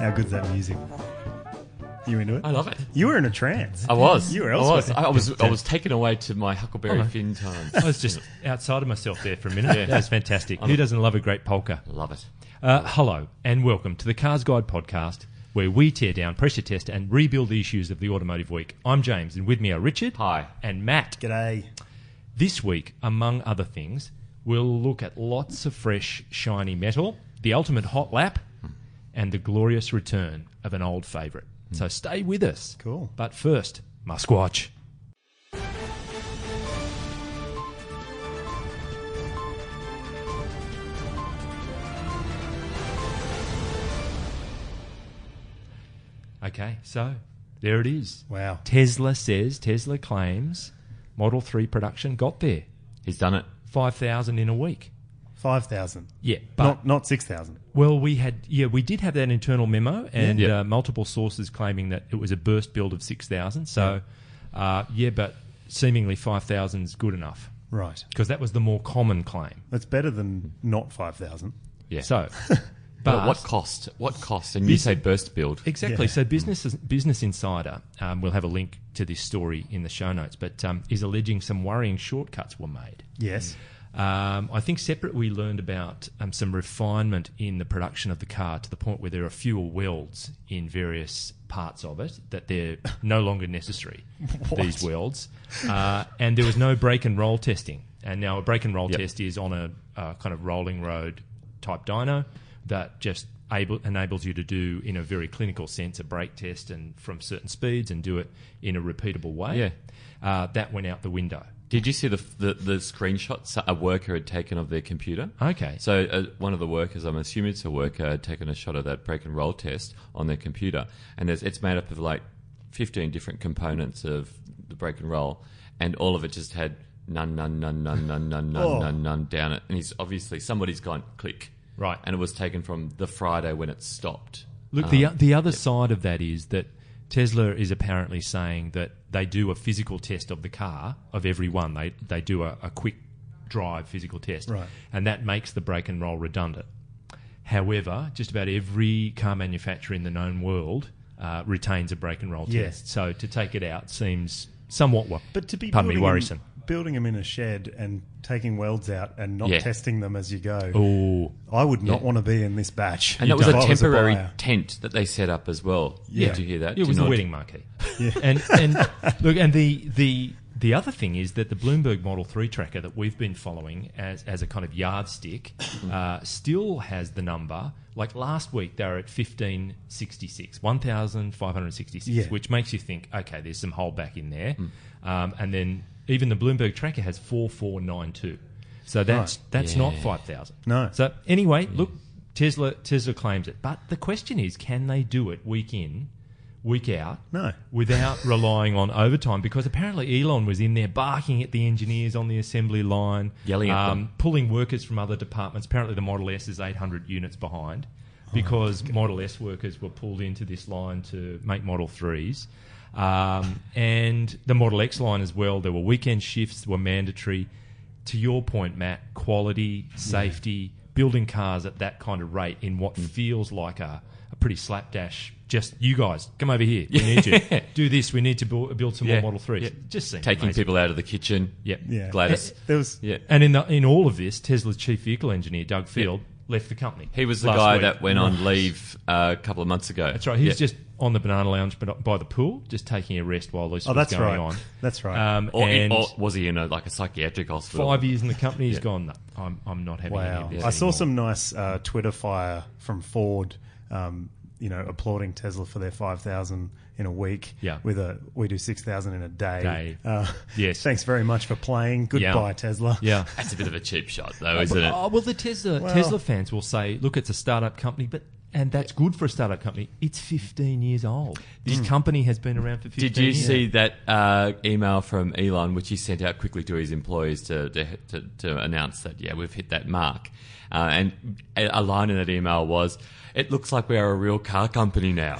How good's that music? You into it? I love it. You were in a trance. I was. You were I was. elsewhere. I was. I was taken away to my Huckleberry Oh, no. Finn times. I was just outside of myself there for a minute. Yeah. That was fantastic. Who doesn't love a great polka? love it. Uh, hello and welcome to the Cars Guide podcast, where we tear down, pressure test, and rebuild the issues of the automotive week. I'm James, and with me are Richard. Hi. And Matt. G'day. This week, among other things, we'll look at lots of fresh, shiny metal, the ultimate hot lap, and the glorious return of an old favourite. So stay with us. Cool. But first, Musquatch. Okay, so there it is. Wow. Tesla says, Tesla claims Model 3 production got there. He's done it. 5,000 in a week. 5,000. Yeah, but Not, not 6,000. well, we had yeah, we did have that internal memo and Yeah. Uh, multiple sources claiming that it was a burst build of six thousand. So, uh, yeah, but seemingly five thousand is good enough Right. because that was the more common claim. That's better than not 5,000. Yeah. So, but but what cost? What cost? And you say burst build. Exactly. Yeah. So, business Business Insider, um, we'll have a link to this story in the show notes, but um, is alleging some worrying shortcuts were made. Mm. Yes. Um, I think separate we learned about um, some refinement in the production of the car to the point where there are fewer welds in various parts of it that they're no longer necessary. These welds, uh, and there was no brake and roll testing. And now a brake and roll Yep. test is on a uh, kind of rolling road type dyno that just able, enables you to do in a very clinical sense a brake test and from certain speeds and do it in a repeatable way. Yeah. Uh, that went out the window. Did you see the, the the screenshots a worker had taken of their computer? Okay. So uh, one of the workers, I'm assuming it's a worker, had taken a shot of that break and roll test on their computer, and there's, it's made up of like 15 different components of the break and roll, and all of it just had none, none, none, none, none, none, none, Oh. none, none down it, and he's obviously somebody's gone click, Right. and it was taken from the Friday when it stopped. Look, the Um, the other side of that is that Tesla is apparently saying that they do a physical test of the car of every one. They they do a, a quick drive physical test, Right. and that makes the brake and roll redundant. However, just about every car manufacturer in the known world uh, retains a brake and roll Yeah. test. So to take it out seems somewhat wo- But to be pardon me building worrisome. Them, building them in a shed and taking welds out and not Yeah. testing them as you go. Oh, I would not Yeah. want to be in this batch. And that was a If I temporary buyer. tent that they set up as well. Yeah. Did you hear that? It Do was you the know- wedding marquee. And and look, and the the the other thing is that the Bloomberg Model Three tracker that we've been following as as a kind of yardstick uh, still has the number. Like last week, they were at fifteen sixty six, one thousand five hundred sixty six, Yeah. which makes you think, okay, there's some holdback in there. Um, and then even the Bloomberg tracker has four four nine two, so that's that's not Yeah. five thousand. No. So anyway, look, Tesla Tesla claims it, but the question is, can they do it week in, week out? No. without relying on overtime because apparently Elon was in there barking at the engineers on the assembly line, um, Yelling at them. pulling workers from other departments. Apparently, the Model S is 800 units behind Oh, because Model S workers were pulled into this line to make Model 3s. Um, and the Model X line as well. There were weekend shifts were mandatory. To your point, Matt, quality, safety, building cars at that kind of rate in Mm. what feels like a, a pretty slapdash. Just you guys, come over here. We need you. Do this. We need to build, build some Yeah. more Model Threes. Yeah. Just seems Taking amazing. people out of the kitchen. Yep. Yeah. Gladys. There was Yeah. And in the, in all of this, Tesla's chief vehicle engineer Doug Field left the company. He was the last guy week. that went on leave uh, a couple of months ago. That's right. He was just on the banana lounge but by the pool, just taking a rest while this Oh, was that's right. going on. That's Uh, right. Um, Or, and or was he in a, like a psychiatric hospital? five years in the company, he's gone. No, I'm I'm not having any wow. of this I saw anymore." some nice uh, Twitter fire from Ford, um, you know, applauding Tesla for their 5,000 in a week Yeah. with a we do 6,000 in a day. Day. Uh, Yes. Thanks very much for playing. Yeah. Goodbye, Tesla. Yeah. That's a bit of a cheap shot, though, isn't it? Oh, well, the Tesla Well- Tesla fans will say, "Look, it's a startup company, but and that's good for a startup company. It's 15 years old. This Hmm. company has been around for 15 Did you years. see that uh, email from Elon, which he sent out quickly to his employees to, to, to, to announce that, yeah, we've hit that mark? Uh, and a a line in that email was, it looks like we are a real car company now.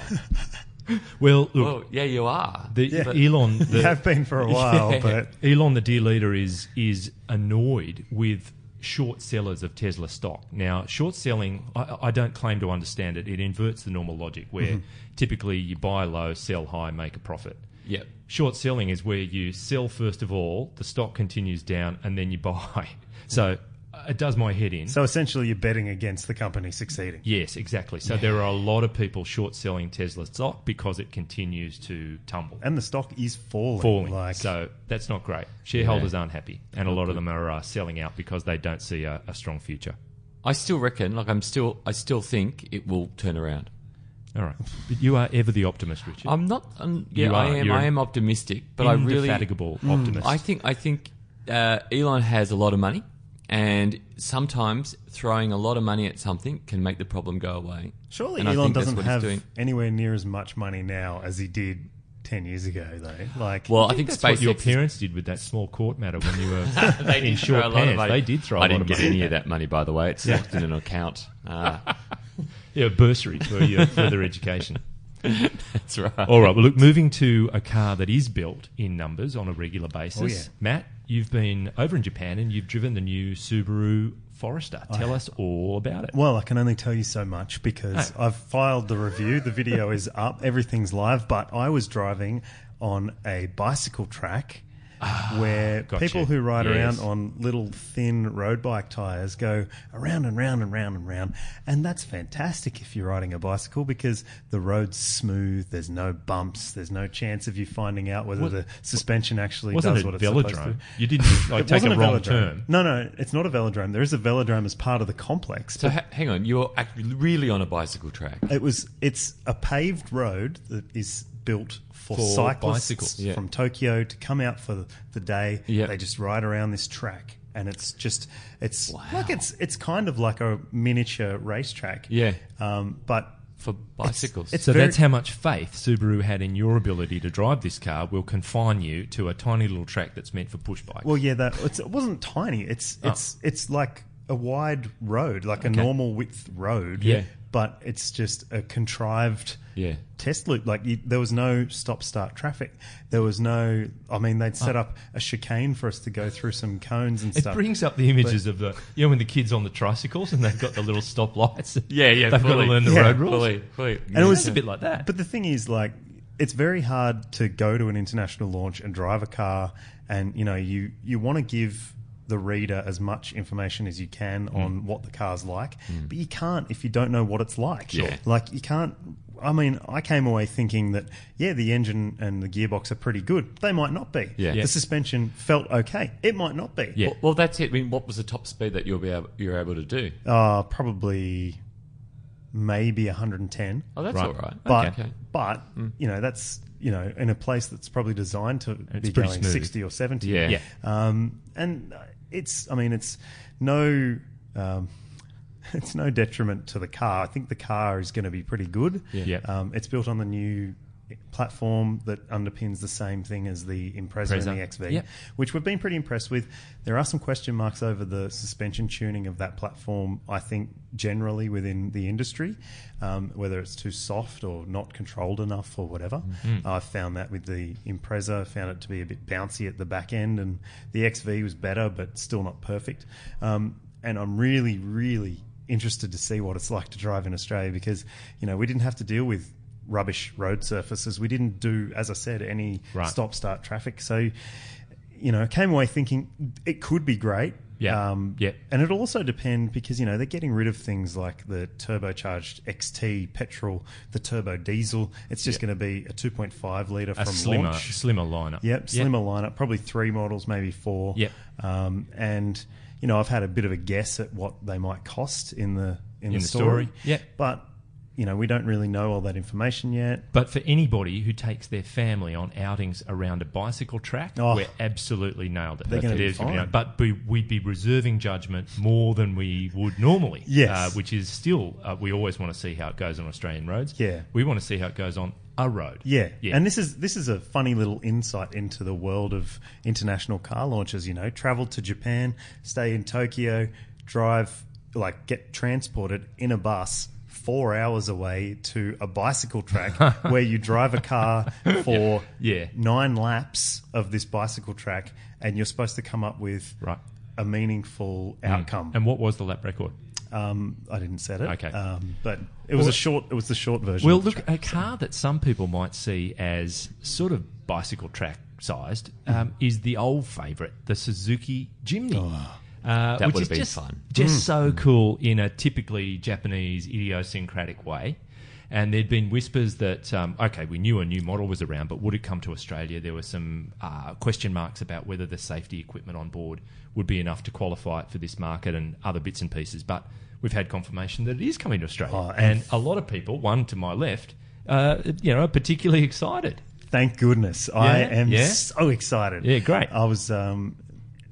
Well, look, well, yeah, you are. the, Elon, You the, have been for a while, but Elon, the dear leader, is is annoyed with short sellers of Tesla stock. Now, short selling, I, I don't claim to understand it. It inverts the normal logic where typically you buy low, sell high, make a profit. Yeah. Short selling is where you sell first of all, the stock continues down, and then you buy. So uh, it does my head in. So essentially, you're betting against the company succeeding. Yes, exactly. So there are a lot of people short selling Tesla stock because it continues to tumble, And the stock is falling. falling. Like, so that's not great. Shareholders aren't happy, and a lot of them are uh, selling out because they don't see a, a strong future. I still reckon, like I'm still, I still think it will turn around. All right, but you are ever the optimist, Richard. Oh, I'm not. I'm, yeah, You I are. am. You're I am optimistic, but I really, Indefatigable Mm. optimist. I think. I think uh, Elon has a lot of money, and sometimes throwing a lot of money at something can make the problem go away. surely And I Elon think that's doesn't what he's have doing. anywhere near as much money now as he did ten years ago, though. Like, Well, I I think think, that's SpaceX. what your is- parents did with that small court matter when you were in throw a short lot of pants. money. They did throw a I lot didn't of get money. any of that money, by the way. It's locked in an account. Uh, Yeah, bursary for your further education. that's right. All right. Well, look, moving to a car that is built in numbers on a regular basis. Oh, yeah. Matt, you've been over in Japan and you've driven the new Subaru Forester. Tell us all about it. Well, I can only tell you so much because Ah. I've filed the review. The video is up, everything's live, but I was driving on a bicycle track where Ah, gotcha. people who ride Yes. around on little thin road bike tires go around and round and round and round. And that's fantastic if you're riding a bicycle because the road's smooth, there's no bumps, there's no chance of you finding out whether What- the suspension actually Wasn't does it what it's supposed to. velodrome? You didn't like, take a, wasn't wrong velodrome. turn. No, no, it's not a velodrome. There is a velodrome as part of the complex. So ha- hang on, you're act- really on a bicycle track. It was. It's a paved road that is built for, For cyclists bicycles, yeah. from Tokyo to come out for the day. Yeah. They just ride around this track, and it's just it's like it's it's kind of like a miniature racetrack. Yeah, Um, but for bicycles. it's So very- that's how much faith Subaru had in your ability to drive this car. Will confine you to a tiny little track that's meant for push bikes. well, yeah, that it's, it wasn't tiny. It's Oh. it's it's like a wide road, like a normal width road. Yeah. But it's just a contrived. yeah. test loop. Like you, there was no stop start traffic. There was no. I mean, they'd set up a chicane for us to go through some cones and It stuff. brings up the images of the you know when the kids on the tricycles and they've got the little stop lights. Yeah, yeah. They've fully. got to learn the Yeah. road rules. Fully, fully. And it was It's a bit like that. But the thing is, like, it's very hard to go to an international launch and drive a car, and you know, you you want to give the reader as much information as you can on what the car's like, but you can't if you don't know what it's like. Sure. Yeah. Like you can't. I mean, I came away thinking that yeah, the engine and the gearbox are pretty good. They might not be. Yeah. Yeah. The suspension felt okay. It might not be. Yeah. Well, well, that's it. I mean, what was the top speed that you'll be able, you're able to do? Uh, probably maybe 110. Oh, that's Right. all right. But okay. Hmm. but you know that's you know in a place that's probably designed to be pretty going smooth. 60 or 70. Yeah. Yeah. Um, and it's I mean it's no um, it's no detriment to the car. I think the car is going to be pretty good. Yeah. Yeah. Um, it's built on the new platform that underpins the same thing as the Impreza Impreza. and the XV, Yeah. which we've been pretty impressed with. There are some question marks over the suspension tuning of that platform, I think, generally within the industry, um, whether it's too soft or not controlled enough or whatever. I've found that with the Impreza, found it to be a bit bouncy at the back end, and the XV was better, but still not perfect. Um, and I'm really, really interested to see what it's like to drive in Australia because, you know, we didn't have to deal with rubbish road surfaces. We didn't do, as I said, any Right. stop start traffic. So, you know, came away thinking it could be great. Um, Yeah. Yeah. And it'll also depend because, you know, they're getting rid of things like the turbocharged XT petrol, the turbo diesel. It's just going to be a 2.5 litre a from slimmer launch. slimmer lineup. Yep, slimmer lineup, probably three models, maybe four. Yep. Um, and you know, I've had a bit of a guess at what they might cost in the in, In the, the story. story. Yep. But you know, we don't really know all that information yet. But for anybody who takes their family on outings around a bicycle track, Oh. we're absolutely nailed it. They're gonna It be is gonna fine. nailed. But we, we'd be reserving judgment more than we would normally. Yes. Uh, which is still, uh, we always want to see how it goes on Australian roads. Yeah. We want to see how it goes on a road. Yeah. Yeah. And this is this is a funny little insight into the world of international car launches, you know. Travel to Japan, stay in Tokyo, drive like get transported in a bus four hours away to a bicycle track where you drive a car for Yeah. nine laps of this bicycle track and you're supposed to come up with Right. a meaningful outcome. Mm. And what was the lap record? Um, I didn't set it. Okay. Um, but it was Well- a short. It was the short version. Well, of the look, a car that some people might see as sort of bicycle track sized Hmm. um, is the old favourite, the Suzuki Jimny. Oh. Uh, That which would is have been just, fun. Mm. Just so cool in a typically Japanese idiosyncratic way. And there'd been whispers that, um, okay, we knew a new model was around, but would it come to Australia? There were some uh, question marks about whether the safety equipment on board would be enough to qualify it for this market and other bits and pieces. But we've had confirmation that it is coming to Australia. Oh, and- and a lot of people, one to my left, uh, you know, are particularly excited. Thank goodness. I Yeah, am yeah. so excited. Yeah, great. I was um,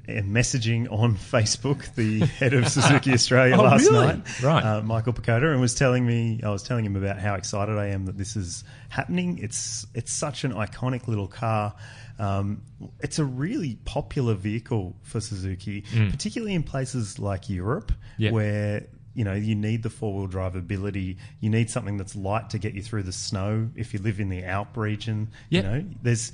eh, messaging on Facebook the head of Suzuki Australia Oh, last really? night, Right. uh, Michael Pacoda, and was telling me I was telling him about how excited I am that this is happening. It's it's such an iconic little car. Um, it's a really popular vehicle for Suzuki, particularly in places like Europe Hmm. Yeah. where you know you need the four-wheel drive ability you need something that's light to get you through the snow if you live in the alp region Yeah. you know there's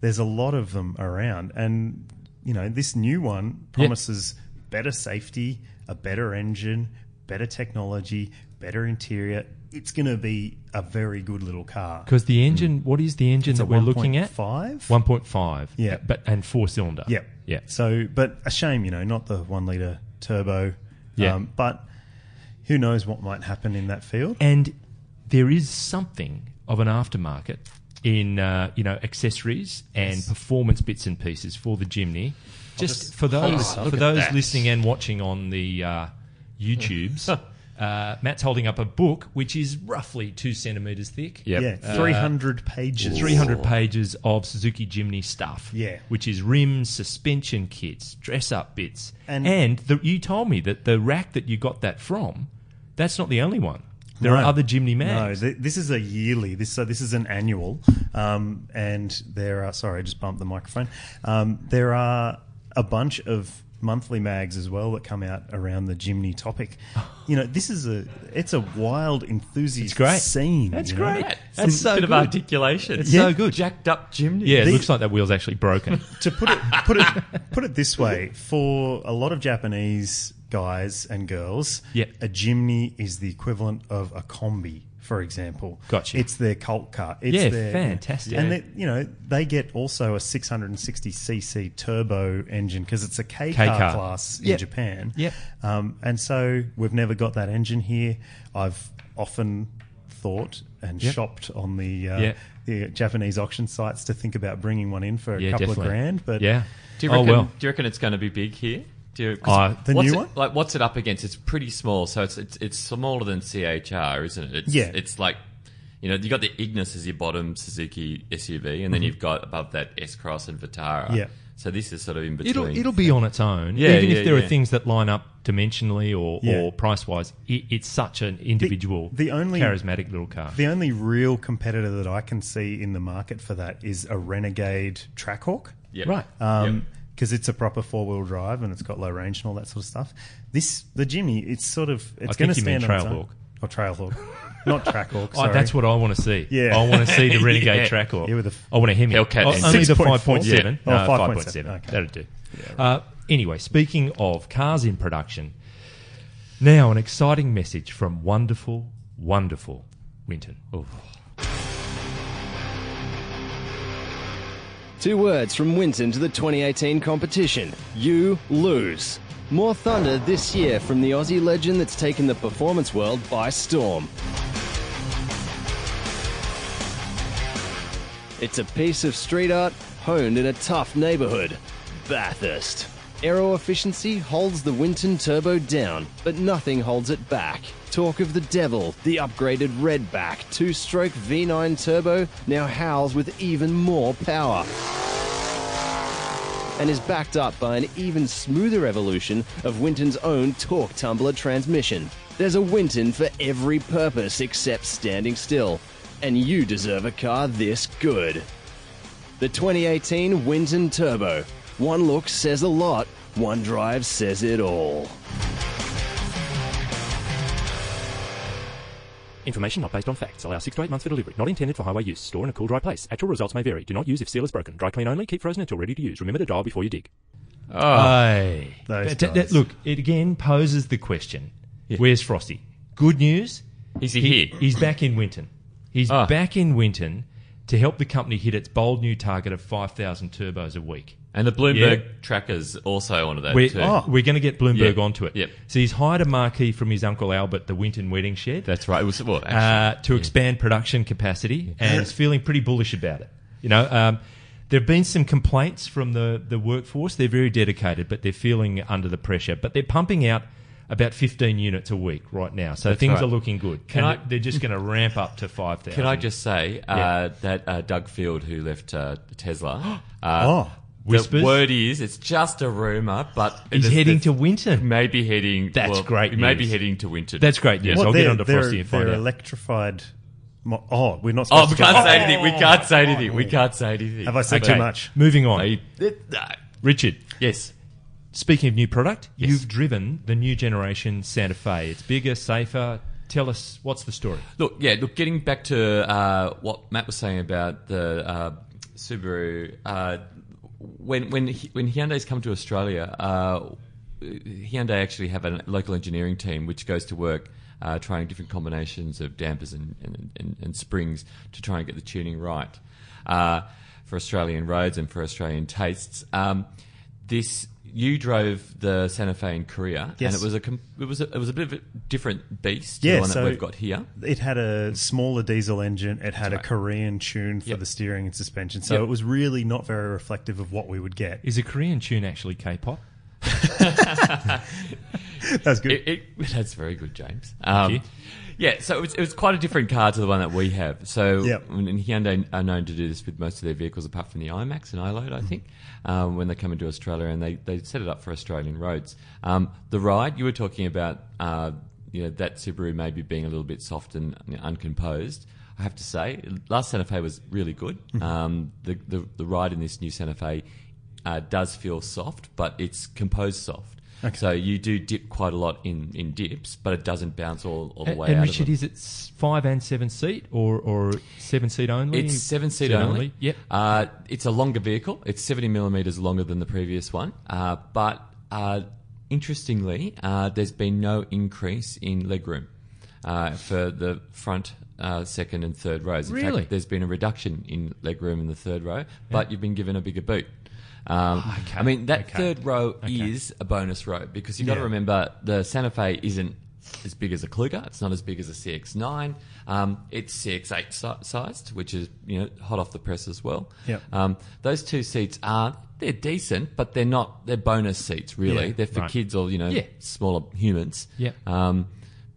there's a lot of them around and you know this new one promises better safety a better engine better technology better interior it's going to be a very good little car Because the engine, what is the engine Mm. It's a that we're looking at? 1.5? 1.5. Yeah. But, and four cylinder. Yeah. Yeah. So, but a shame, you know, not the one litre turbo. Um, Yeah. but who knows what might happen in that field? And there is something of an aftermarket in uh, you know accessories and performance bits and pieces for the Jimny. Just just for hold those this up. for Look at those that. listening and watching on the uh, YouTubes, uh, Matt's holding up a book which is roughly two centimeters thick. Yep. Yeah. Uh, 300 pages. 300 pages of Suzuki Jimny stuff. Yeah. Which is rims, suspension kits, dress up bits. And, And- the, you told me that the rack that you got that from, that's not the only one. There are No. other Jimny No, mags. th- this is a yearly. This so this is an annual, um, and there are. Sorry, I just bumped the microphone. Um, there are a bunch of monthly mags as well that come out around the Jimny topic. You know, this is a it's a wild enthusiast great. scene. That's you know? great. Some That's so bit good. of articulation. It's Yeah. so good. Jacked up chimney. Yeah, it These- looks like that wheel's actually broken. to put it put it put it this way, for a lot of Japanese guys and girls, Yep. a Jimny is the equivalent of a combi, for example. Gotcha. It's their cult car. It's Yeah, their, fantastic. And they, you know they get also a 660cc turbo engine because it's a K, K car, car. class Yep. in Japan. Yep. Um, and so we've never got that engine here. I've often thought and Yep. shopped on the uh, Yeah. the Japanese auction sites to think about bringing one in for a Yeah, couple definitely. of grand, but yeah. Do you oh, reckon, well. do you reckon it's going to be big here? Do you, 'cause Uh, The what's new it- one? like what's it up against? It's pretty small, so it's it's, it's smaller than CHR, isn't it? It's, Yeah. It's like you know you got the Ignis as your bottom Suzuki SUV, and then you've got above that S Cross and Vitara. Yeah. So this is sort of in between. It'll, it'll be on its own. Yeah, Even yeah, if there are yeah. things that line up dimensionally or, Yeah. or price wise, it, it's such an individual, the only- charismatic little car. The only real competitor that I can see in the market for that is a Renegade Trackhawk. Yep. Right. Because Yep. it's a proper four wheel drive and it's got low range and all that sort of stuff. This the Jimmy, it's sort of it's think going to you mean stand on its own. Trailhawk. or Trailhawk, not Trackhawk. Oh, Sorry. that's what I want to see. Yeah. I want to see the Renegade Yeah. track or Yeah, with a f- I want a Hemi. Hellcat Oh, engine. only the 6.4? 5.7. Yeah. No, Oh, 5.7. 5.7. Okay. That'll do. Uh, anyway, speaking of cars in production, now an exciting message from wonderful, wonderful Winton. Oh. Two words from Winton to the 2018 competition. You lose. More thunder this year from the Aussie legend that's taken the performance world by storm. It's a piece of street art honed in a tough neighbourhood, Bathurst. Aero efficiency holds the Winton turbo down, but nothing holds it back. Talk of the devil, the upgraded Redback two stroke V9 turbo now howls with even more power and is backed up by an even smoother evolution of Winton's own torque tumbler transmission. There's a Winton for every purpose except standing still, and you deserve a car this good. The 2018 Winton Turbo. One look says a lot, one drive says it all. Information not based on facts. Allow six to eight months for delivery. Not intended for highway use. Store in a cool, dry place. Actual results may vary. Do not use if seal is broken. Dry clean only. Keep frozen until ready to use. Remember to dial before you dig. Aye. Those But that- guys. that- look, it again poses the question: Yeah. Where's Frosty? Good news. Is he here? He's back in Winton. He's Ah. back in Winton to help the company hit its bold new target of five thousand turbos a week. And the Bloomberg Yeah. trackers also onto that We're, too. oh. we're going to get Bloomberg Yeah. onto it. Yep. So he's hired a marquee from his uncle Albert, the Winton Wedding Shed, That's right. It was, well, actually, uh, to expand production capacity, and is feeling pretty bullish about it. You know, um, there have been some complaints from the the workforce. They're very dedicated, but they're feeling under the pressure. But they're pumping out about 15 units a week right now, so things right. are looking good. Can and I- they're just going to ramp up to 5,000. Can I just say uh, that uh, Doug Field, who left uh, Tesla, uh, Oh. Whispers? The word is it's just a rumor, but it He's is- heading it's to Winton. maybe heading. That's well, great He may be news. heading to Winton. That's great news. What, I'll get they're- onto Frosty they're- and find they're out. electrified. Mo- oh, we're not. oh, Supposed we to go- can't say anything. We can't say anything. We can't say anything. Have I said Okay, too much? Moving on. I- it- no. Richard, yes. Speaking of new product, you've driven the new generation Santa Fe. It's bigger, safer. Tell us what's the story. Look, yeah. Look, getting back to uh, what Matt was saying about the uh, Subaru. Uh, when when Hy- when Hyundai's come to Australia, uh, Hyundai actually have a local engineering team which goes to work uh, trying different combinations of dampers and, and, and, and springs to try and get the tuning right uh, for Australian roads and for Australian tastes. Um, this you drove the Santa Fe in Korea, Yes. and it was a com- it was a, it was a bit of a different beast to Yeah, the one so- that we've got here. It had a smaller diesel engine. It had right. a Korean tune for Yep. the steering and suspension, so Yep. it was really not very reflective of what we would get. Is a Korean tune actually K-pop? That's good. It, it, that's very good, James. Um, yeah, so it was, it was quite a different car to the one that we have. So, Yep. and Hyundai are known to do this with most of their vehicles, apart from the IMAX and iLoad, I think, um, when they come into Australia and they, they set it up for Australian roads. Um, the ride you were talking about, uh, you know, that Subaru maybe being a little bit soft and you know, uncomposed. I have to say, last Santa Fe was really good. Um, the, the the ride in this new Santa Fe uh, does feel soft, but it's composed soft. So you do dip quite a lot in, in dips, but it doesn't bounce all, all the And, way and out. Richard, of them. is it s- five and seven seat or, or seven seat only? It's seven seat Seat only. Yep. Uh, it's a longer vehicle. It's seventy millimeters longer than the previous one. Uh, but uh, interestingly, uh, there's been no increase in legroom uh, for the front. Uh, second and third rows. In Really? fact, there's been a reduction in legroom in the third row, but you've been given a bigger boot. Um, Oh, okay. I mean, that Okay. third row is a bonus row because you've got to Yeah. remember the Santa Fe isn't as big as a Kluger. It's not as big as a CX9. Um, it's CX8 si- sized, which is you know hot off the press as well. Yep. Um, those two seats are they're decent, but they're not they're bonus seats really. Yeah, they're for right. kids or you know Yeah. smaller humans. Yeah. Um,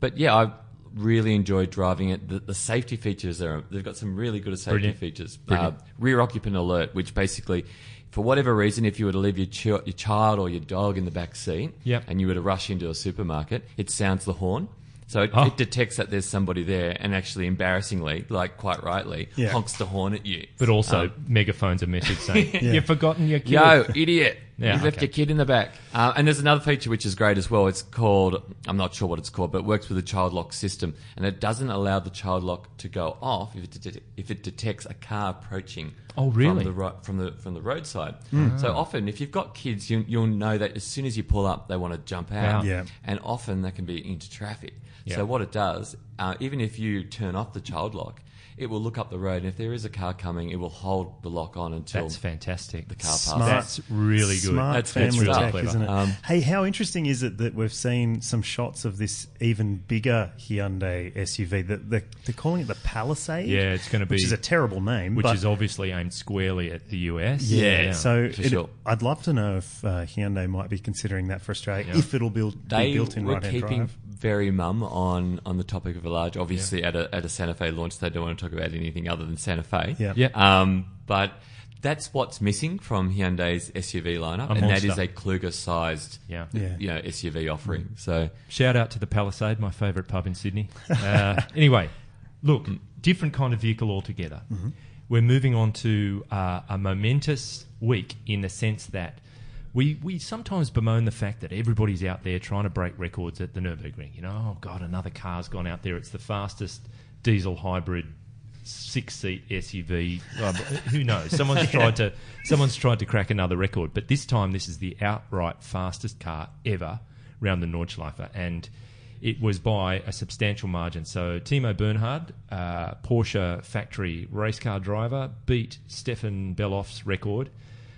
but yeah, I really enjoyed driving it. The, the safety features are they've got some really good safety Brilliant. features. Brilliant. Uh, rear occupant alert, which basically, for whatever reason, if you were to leave your, ch- your child or your dog in the back seat, Yep. and you were to rush into a supermarket, it sounds the horn. So it, Oh. it detects that there's somebody there, and actually, embarrassingly, like quite rightly, Yeah. honks the horn at you. But also Um, megaphones a message saying, you've forgotten your kid. Yo, idiot. Yeah, you left okay. your kid in the back. Uh, and there's another feature which is great as well. It's called, I'm not sure what it's called, but it works with the child lock system. And it doesn't allow the child lock to go off if it, det- if it detects a car approaching Oh, really? Hmm. from, the ro- from, the, from the roadside. So often, if you've got kids, you, you'll know that as soon as you pull up, they want to jump out. Wow. Yeah. And often that can be into traffic. Yeah. So what it does, uh, even if you turn off the child lock, it will look up the road, and if there is a car coming, it will hold the lock on until That's fantastic. the car passes. Smart. That's really good. Smart That's- that's family really tech, clever. isn't it? Um, hey, how interesting is it that we've seen some shots of this even bigger Hyundai SUV? That they're, they're calling it the Palisade. Yeah, it's gonna which be- is a terrible name, Which but- is obviously aimed squarely at the US. Yeah, So for it- sure. I'd love to know if uh, Hyundai might be considering that for Australia if it'll build, they be built in were right-hand keeping drive. very mum on, on the topic of a large. Obviously, at, a, at a Santa Fe launch, they don't want to talk about anything other than Santa Fe. Yeah. Yeah. Um, but that's what's missing from Hyundai's SUV lineup, A and that monster. is a Kluger-sized, Yeah. Yeah. you know, SUV offering. So Shout out to the Palisade, my favourite pub in Sydney. Uh, anyway, look, different kind of vehicle altogether. We're moving on to uh, a momentous week in the sense that we we sometimes bemoan the fact that everybody's out there trying to break records at the Nurburgring. You know, oh god, another car's gone out there. It's the fastest diesel hybrid six seat SUV. Um, who knows? Someone's tried to someone's tried to crack another record, but this time this is the outright fastest car ever round the Nordschleifer, and it was by a substantial margin. So Timo Bernhard, uh, Porsche factory race car driver, beat Stefan Beloff's record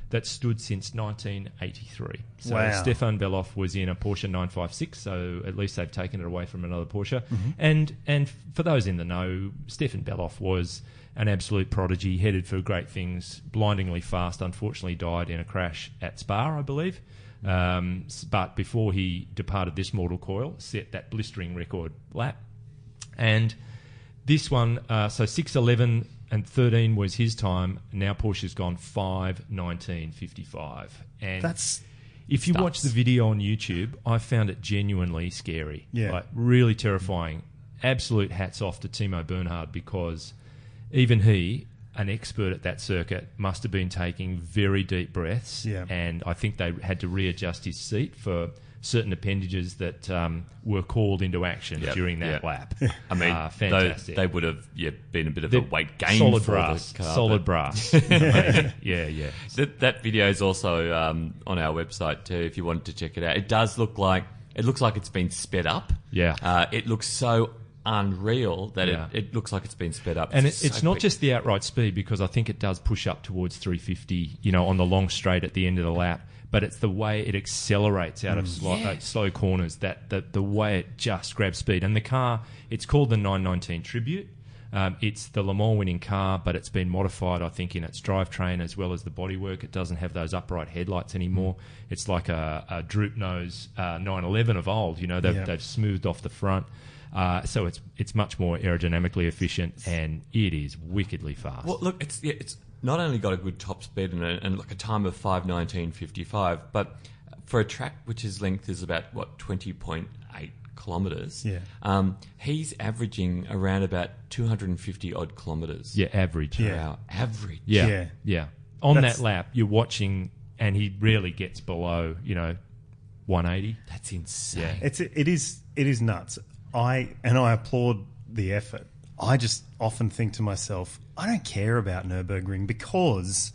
that stood since 1983. So Wow. Stefan Beloff was in a Porsche 956, so at least they've taken it away from another Porsche. And and for those in the know, Stefan Beloff was an absolute prodigy, headed for great things, blindingly fast. Unfortunately, died in a crash at Spa, I believe. Um, s- but before he departed this mortal coil, set that blistering record lap and this one, uh, so 6.11 and 13 was his time. Now Porsche's gone 5.19.55. And That's if you watch Nuts. the video on YouTube, I found it genuinely scary. Yeah. Like, really terrifying. Absolute hats off to Timo Bernhard because even he, an expert at that circuit, must have been taking very deep breaths. Yeah. And I think they had to readjust his seat for certain appendages that um, were called into action Yep. during that Yeah. lap. I mean, Ah, tho- fantastic. They, would have yeah, been a bit of a The weight gain solid for brass, the car. solid but- brass. yeah, yeah. That, that video is also um, on our website too. If you wanted to check it out, it does look like it looks like it's been sped up. Yeah. uh, it looks so unreal that Yeah. it, it looks like it's been sped up. And it, so it's not quick. just the outright speed because I think it does push up towards 350, you know, on the long straight at the end of the lap. But it's the way it accelerates Mm. out of slow, uh, slow corners that the, the way it just grabs speed. And the car, it's called the 919 Tribute. Um, it's the Le Mans winning car, but it's been modified, I think, in its drivetrain as well as the bodywork. It doesn't have those upright headlights Mm. anymore. It's like a, a droop nose uh, 911 of old. You know, they've, Yeah. they've smoothed off the front. Uh, so it's it's much more aerodynamically efficient and it is wickedly fast. Well, look, it's yeah, it's not only got a good top speed and, a, and like a time of five nineteen fifty five, but for a track which his length is about what twenty point eight kilometers. Yeah. um, he's averaging around about two hundred and fifty odd kilometers. yeah, average. per Yeah. hour average. Yeah. Yeah. Yeah. On That's- that lap, you're watching and he rarely gets below, you know, 180. that's insane. It's it is it is nuts. I and I applaud the effort. I just often think to myself, I don't care about Nurburgring because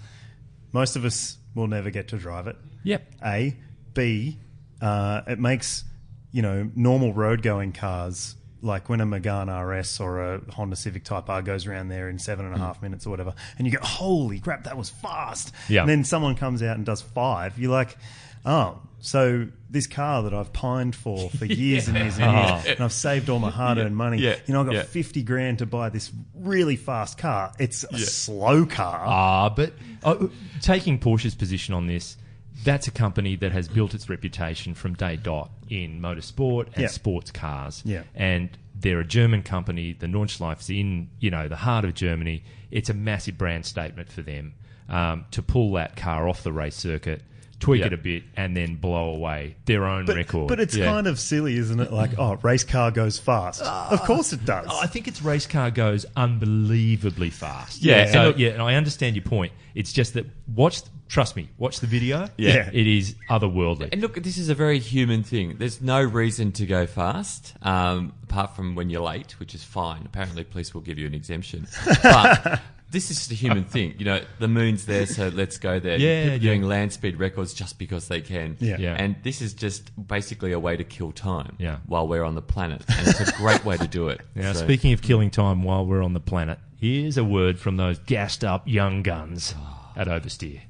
most of us will never get to drive it. Yep. A, B, uh, it makes you know normal road going cars like when a Megane RS or a Honda Civic Type R goes around there in seven and Hmm. a half minutes or whatever, and you go, "Holy crap, that was fast!" Yeah. And then someone comes out and does five. You're like, "Oh." So this car that I've pined for for years and years and years, and I've saved all my hard-earned money. Oh. Yeah. You know, I got Yeah. fifty grand to buy this really fast car. It's a slow car. Ah, but uh, taking Porsche's position on this, that's a company that has built its reputation from day dot in motorsport and Yeah. sports cars. Yeah. And they're a German company. The Nordschleif's in, you know, the heart of Germany. It's a massive brand statement for them um, to pull that car off the race circuit, tweak Yeah. it a bit, and then blow away their own But, record. but it's yeah. kind of silly, isn't it? Like, oh, race car goes fast. Ah. of course it does. Oh, I think its race car goes unbelievably fast. Yeah, and So, look- yeah, and I understand your point. It's just that watch, trust me, watch the video. Yeah. It is otherworldly. And look, this is a very human thing. There's no reason to go fast, um, apart from when you're late, which is fine. Apparently, police will give you an exemption. But this is just a human thing. You know, the moon's there, so let's go there. Yeah, People yeah. doing land speed records just because they can. Yeah. Yeah. And this is just basically a way to kill time Yeah. while we're on the planet. And it's a great way to do it. Now, So- speaking of killing time while we're on the planet, here's a word from those gassed up young guns at Oversteer.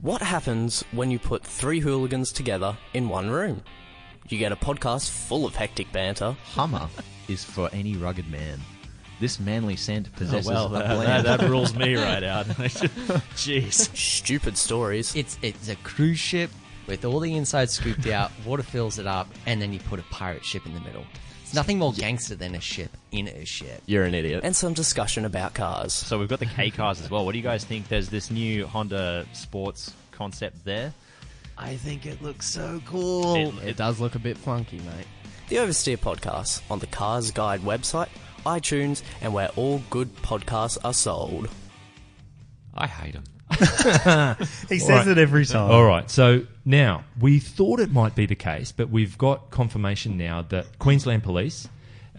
What happens when you put three hooligans together in one room? You get a podcast full of hectic banter. Hummer is for any rugged man. This manly scent Oh, possesses well, uh, a that, blend. that- that rules me right out. Jeez. Stupid stories. It's it's a cruise ship with all the inside scooped out, water fills it up, and then you put a pirate ship in the middle. It's nothing more gangster than a ship in a ship. You're an idiot. and some discussion about cars. So we've got the K cars as well. What do you guys think? There's this new Honda Sports concept there. I think it looks so cool. It- It, does look a bit funky, mate. The Oversteer podcast on the Cars Guide website, iTunes, and where all good podcasts are sold. I hate them. he says right. it Oh, every time. All right. So now we thought it might be the case, but we've got confirmation now that Queensland Police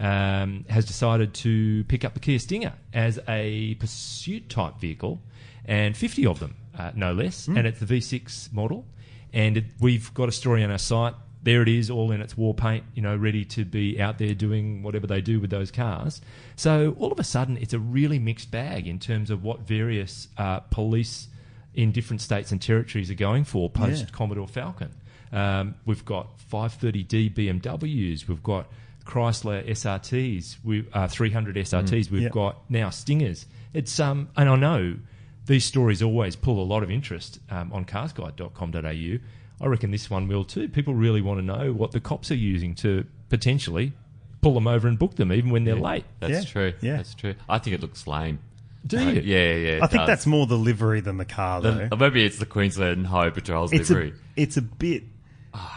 um, has decided to pick up the Kia Stinger as a pursuit type vehicle, and 50 of them, uh, no less. And it's the V6 model. And it, we've got a story on our site. There it is, all in its war paint, you know, ready to be out there doing whatever they do with those cars. So all of a sudden, it's a really mixed bag in terms of what various uh, police in different states and territories are going for post Commodore Falcon. Um, we've got 530D BMWs. We've got Chrysler SRTs. We uh, 300 SRTs. We've Yeah. got now Stingers. It's um, and I know these stories always pull a lot of interest um, on carsguide.com.au. I reckon this one will too. People really want to know what the cops are using to potentially pull them over and book them, even when they're late. That's Yeah, true. yeah. That's true. I think it looks lame. Do Uh, you? yeah, yeah. it I think does. that's more the livery than the car, though. The- maybe it's the Queensland Highway Patrol's it's livery. Ah, a it's a bit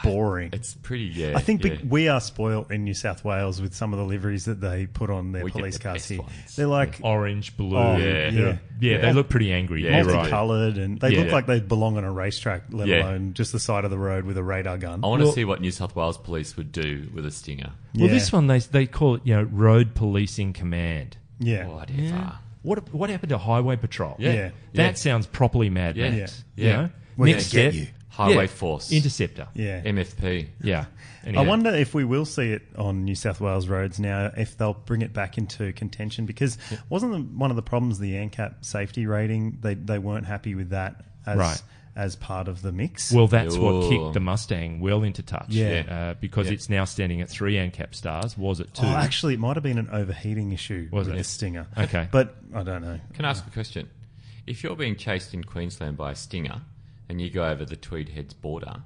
boring. it's pretty. Yeah, I think yeah. be- we are spoiled in New South Wales with some of the liveries that they put on their We get police the cars best here. ones. They're like Orange, blue. Oh, yeah. yeah. Yeah, they look pretty angry. Yeah, right. multicolored, and they Yeah. look like they belong on a racetrack, let Yeah. Oh, alone just the side of the road with a radar gun. I want to Well- see what New South Wales Police would do with a stinger. Well, Yeah. this one they they call it you know road policing command. yeah, Whatever. What what happened to highway patrol? Yeah. Yeah. that Yeah. sounds properly mad. Yeah. Max, Yeah. you Yeah. know? We're Next gonna step, get you. Highway Yeah. force. interceptor. yeah. MFP. yeah. I Anyhow. wonder if we will see it on New South Wales roads now, if they'll bring it back into contention. Because wasn't the, one of the problems the ANCAP safety rating? They they weren't happy with that as Right. as part of the mix. Well, that's Ooh. what kicked the Mustang well into touch. Yeah. uh, because Yeah. it's now standing at three ANCAP stars. Was it two? oh, actually, it might have been an overheating issue Was with it? the Stinger. Okay. but I don't know. Can I ask a question? If you're being chased in Queensland by a stinger and you go over the Tweed Heads border,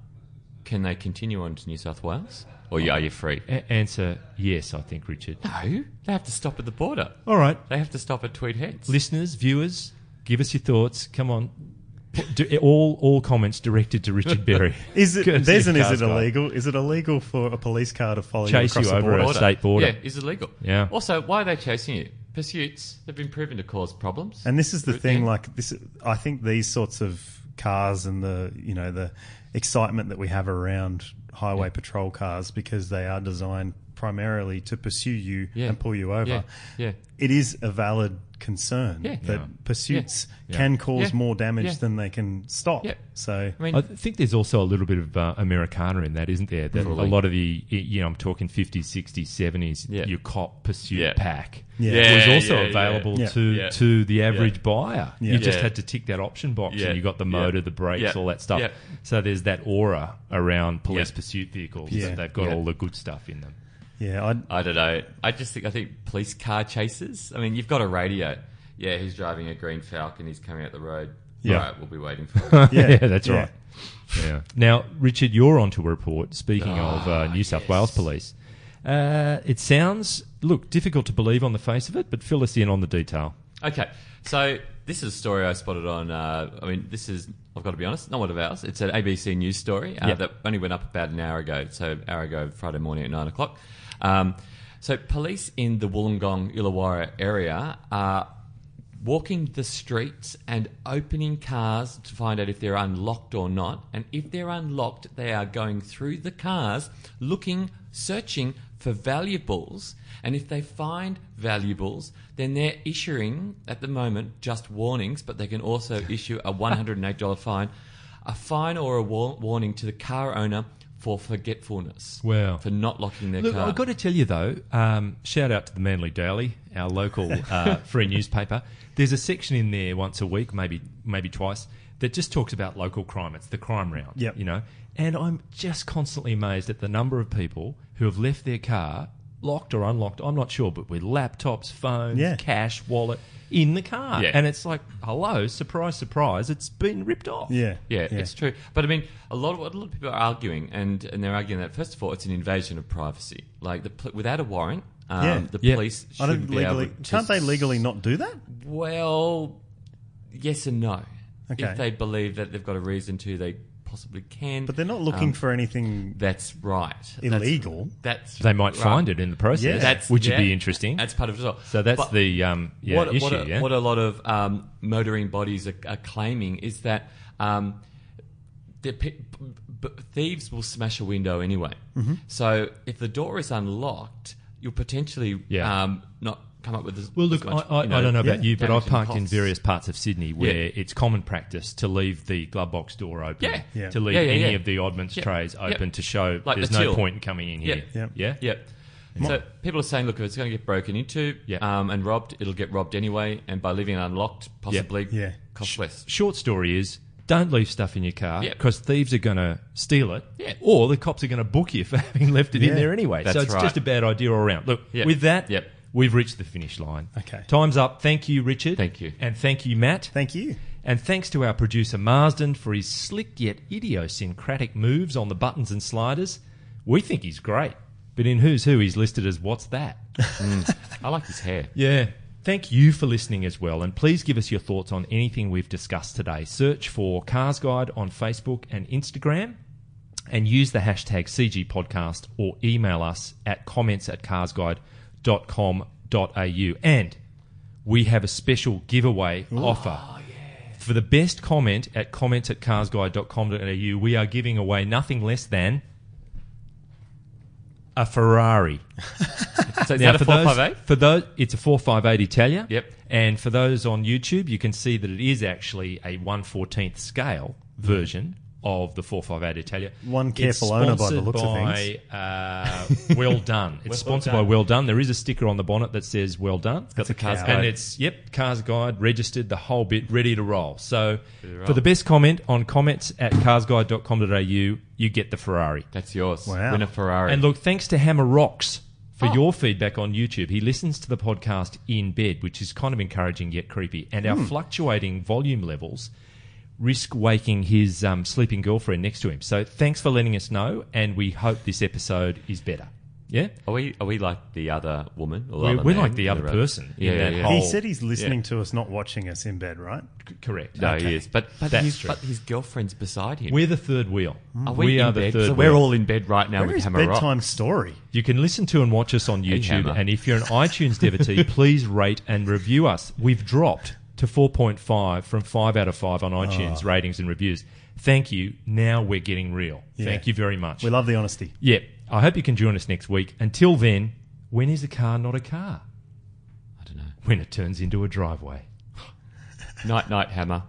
can they continue on to New South Wales? Or are you free? A- answer yes, I think Richard. No, they have to stop at the border. All right, They have to stop at Tweed Heads. listeners, viewers, give us your thoughts. Come on. Put- Do, all all comments directed to Richard Berry. Is it? Courtesy There's an. of Is it Carsguide. illegal? Is it illegal for a police car to follow Chase you across you the over border? a state border. Yeah, is illegal. Yeah. Also, why are they chasing you? Pursuits, they've been proven to cause problems. And this is the Good thing, thing. like this. I think these sorts of cars and the you know the excitement that we have around highway patrol cars because they are designed primarily to pursue you Yeah. and pull you over. Yeah, yeah. It is a valid concern Yeah. that Yeah. pursuits can cause Yeah. more damage Yeah. than they can stop. Yeah. So I mean, I th- think there's also a little bit of uh, Americana in that, isn't there? That Totally. a lot of the, you know, I'm talking 50s, 60s, 70s, Yeah. your cop pursuit Yeah. pack Yeah. Yeah, was also yeah, yeah. available Yeah. to Yeah. to the average buyer. You just Yeah. had to tick that option box Yeah. and you got the Yeah. motor, the brakes, Yeah. all that stuff. Yeah. So there's that aura around police Yeah. pursuit vehicles. Yeah. that They've got Yeah. all the good stuff in them. yeah, I I don't know. I just think I think police car chases. I mean, you've got a radio. Yeah, he's driving a green Falcon. He's coming out the road. Yeah. All right, we'll be waiting for him. yeah, Yeah, that's right. yeah. Now, Richard, you're onto a report. Speaking of uh, New South Wales Police, uh, it sounds look difficult to believe on the face of it, but fill us in on the detail. Okay, so this is a story I spotted on. Uh, I mean, this is I've got to be honest, not one of ours. It's an ABC news story uh, Yeah. that only went up about an hour ago. So an hour ago, Friday morning at nine o'clock. Um, so police in the Wollongong Illawarra area are walking the streets and opening cars to find out if they're unlocked or not. And if they're unlocked, they are going through the cars looking, searching for valuables. And if they find valuables, then they're issuing, at the moment, just warnings, but they can also issue a $108 fine, a fine or a war- warning to the car owner for forgetfulness. Wow. For not locking their Look, car. I've got to tell you though, um, shout out to the Manly Daily, our local uh, free newspaper. There's a section in there once a week, maybe maybe twice, that just talks about local crime. It's the crime round, Yep. you know. And I'm just constantly amazed at the number of people who have left their car locked or unlocked. I'm not sure, but with laptops, phones, Yeah. cash, wallet in the car, Yeah. and it's like, hello, surprise, surprise, it's been ripped off. yeah, Yeah, it's true. But I mean, a lot of what a lot of people are arguing, and, and they're arguing that first of all, it's an invasion of privacy. Like the pl- without a warrant, um, Yeah. the Yeah. police I shouldn't don't be legally able to. can't they legally not do that? Well, yes and no. Okay. If they believe that they've got a reason to, they possibly can. But they're not looking Um, for anything That's right. That's- illegal. That's, They might right. find it in the process, Yeah. That's, which yeah, would be interesting. That's part of it. as well. so that's But- the um, yeah, what, issue. what a, yeah? what a lot of um, motoring bodies are, are claiming is that um, the pe- b- Mm-hmm. b- thieves will smash a window anyway. So if the door is unlocked, you'll potentially Yeah. um, not come up with as Well, as look, I, much, I, you know, I don't know about yeah, you, but damage I've and parked in costs. various parts of Sydney where it's common practice to leave the glove box door open, Yeah. Yeah. to leave Yeah, yeah, any yeah. of the oddments Yep. trays Yep. open to show Like the there's no till. point in coming in here. Yep. Yep. Yeah, Yep. So people are saying, look, if it's going to get broken into Yeah. um, and robbed, it'll get robbed anyway, and by leaving it unlocked, possibly Yeah. cost less. Short story is. Don't leave stuff in your car Yep. because thieves are going to steal it, Yeah. or the cops are going to book you for having left it in Yeah. there anyway. so That's it's right. just a bad idea all around. Look, Yep. with that, Yep. we've reached the finish line. Okay. Time's up. Thank you, Richard. Thank you. And thank you, Matt. Thank you. And thanks to our producer Marsden for his slick yet idiosyncratic moves on the buttons and sliders. We think he's great, but in Who's Who, he's listed as What's That? I like his hair. Yeah. Thank you for listening as well, and please give us your thoughts on anything we've discussed today. Search for Cars Guide on Facebook and Instagram, and use the hashtag CGPodcast or email us at comments at carsguide.com.au. And we have a special giveaway offer. For the best comment at comments at carsguide.com.au, we are giving away nothing less than a Ferrari. So is Now, that a for those- 458? For those, it's a 458 Italia. Yep. And for those on YouTube, you can see that it is actually a 114th scale version of the 458 Italia. One It's careful owner by the sponsored looks of by, Uh, well done. It's sponsored by Well Done. There is a sticker on the bonnet that says Well Done. That's a Cars cow. guy. And Right. it's, yep, Cars Guide, registered, the whole bit, ready to roll. So for the best comment on comments at carsguide.com.au, you get the Ferrari. That's yours. Wow. Win a Ferrari. And look, thanks to Hammer Rocks Oh. for your feedback on YouTube. He listens to the podcast in bed, which is kind of encouraging yet creepy. And Hmm. our fluctuating volume levels risk waking his um, sleeping girlfriend next to him. So thanks for letting us know, and we hope this episode is better. Yeah? are we are we like the other woman? Or the We're- other we're man like the in other room? person in Yeah, that yeah, yeah. whole- He Oh, said he's listening to us, not watching us in bed, right? C- correct. No, he is. But but, That's his, true. but his girlfriend's beside him. We're the third wheel. are we, in are the bed? third so we're wheel. all in bed right now Where with is Hammer Rock. bedtime story? You can listen to and watch us on YouTube. Hammer. And if you're an iTunes devotee, please rate and review us. We've dropped to 4.5 from 5 out of 5 on iTunes ratings and reviews. Thank you. Now we're getting real. Thank you very much. We love the honesty. yeah. I hope you can join us next week. Until then, when is a car not a car? I don't know. When it turns into a driveway. Night night Hammer.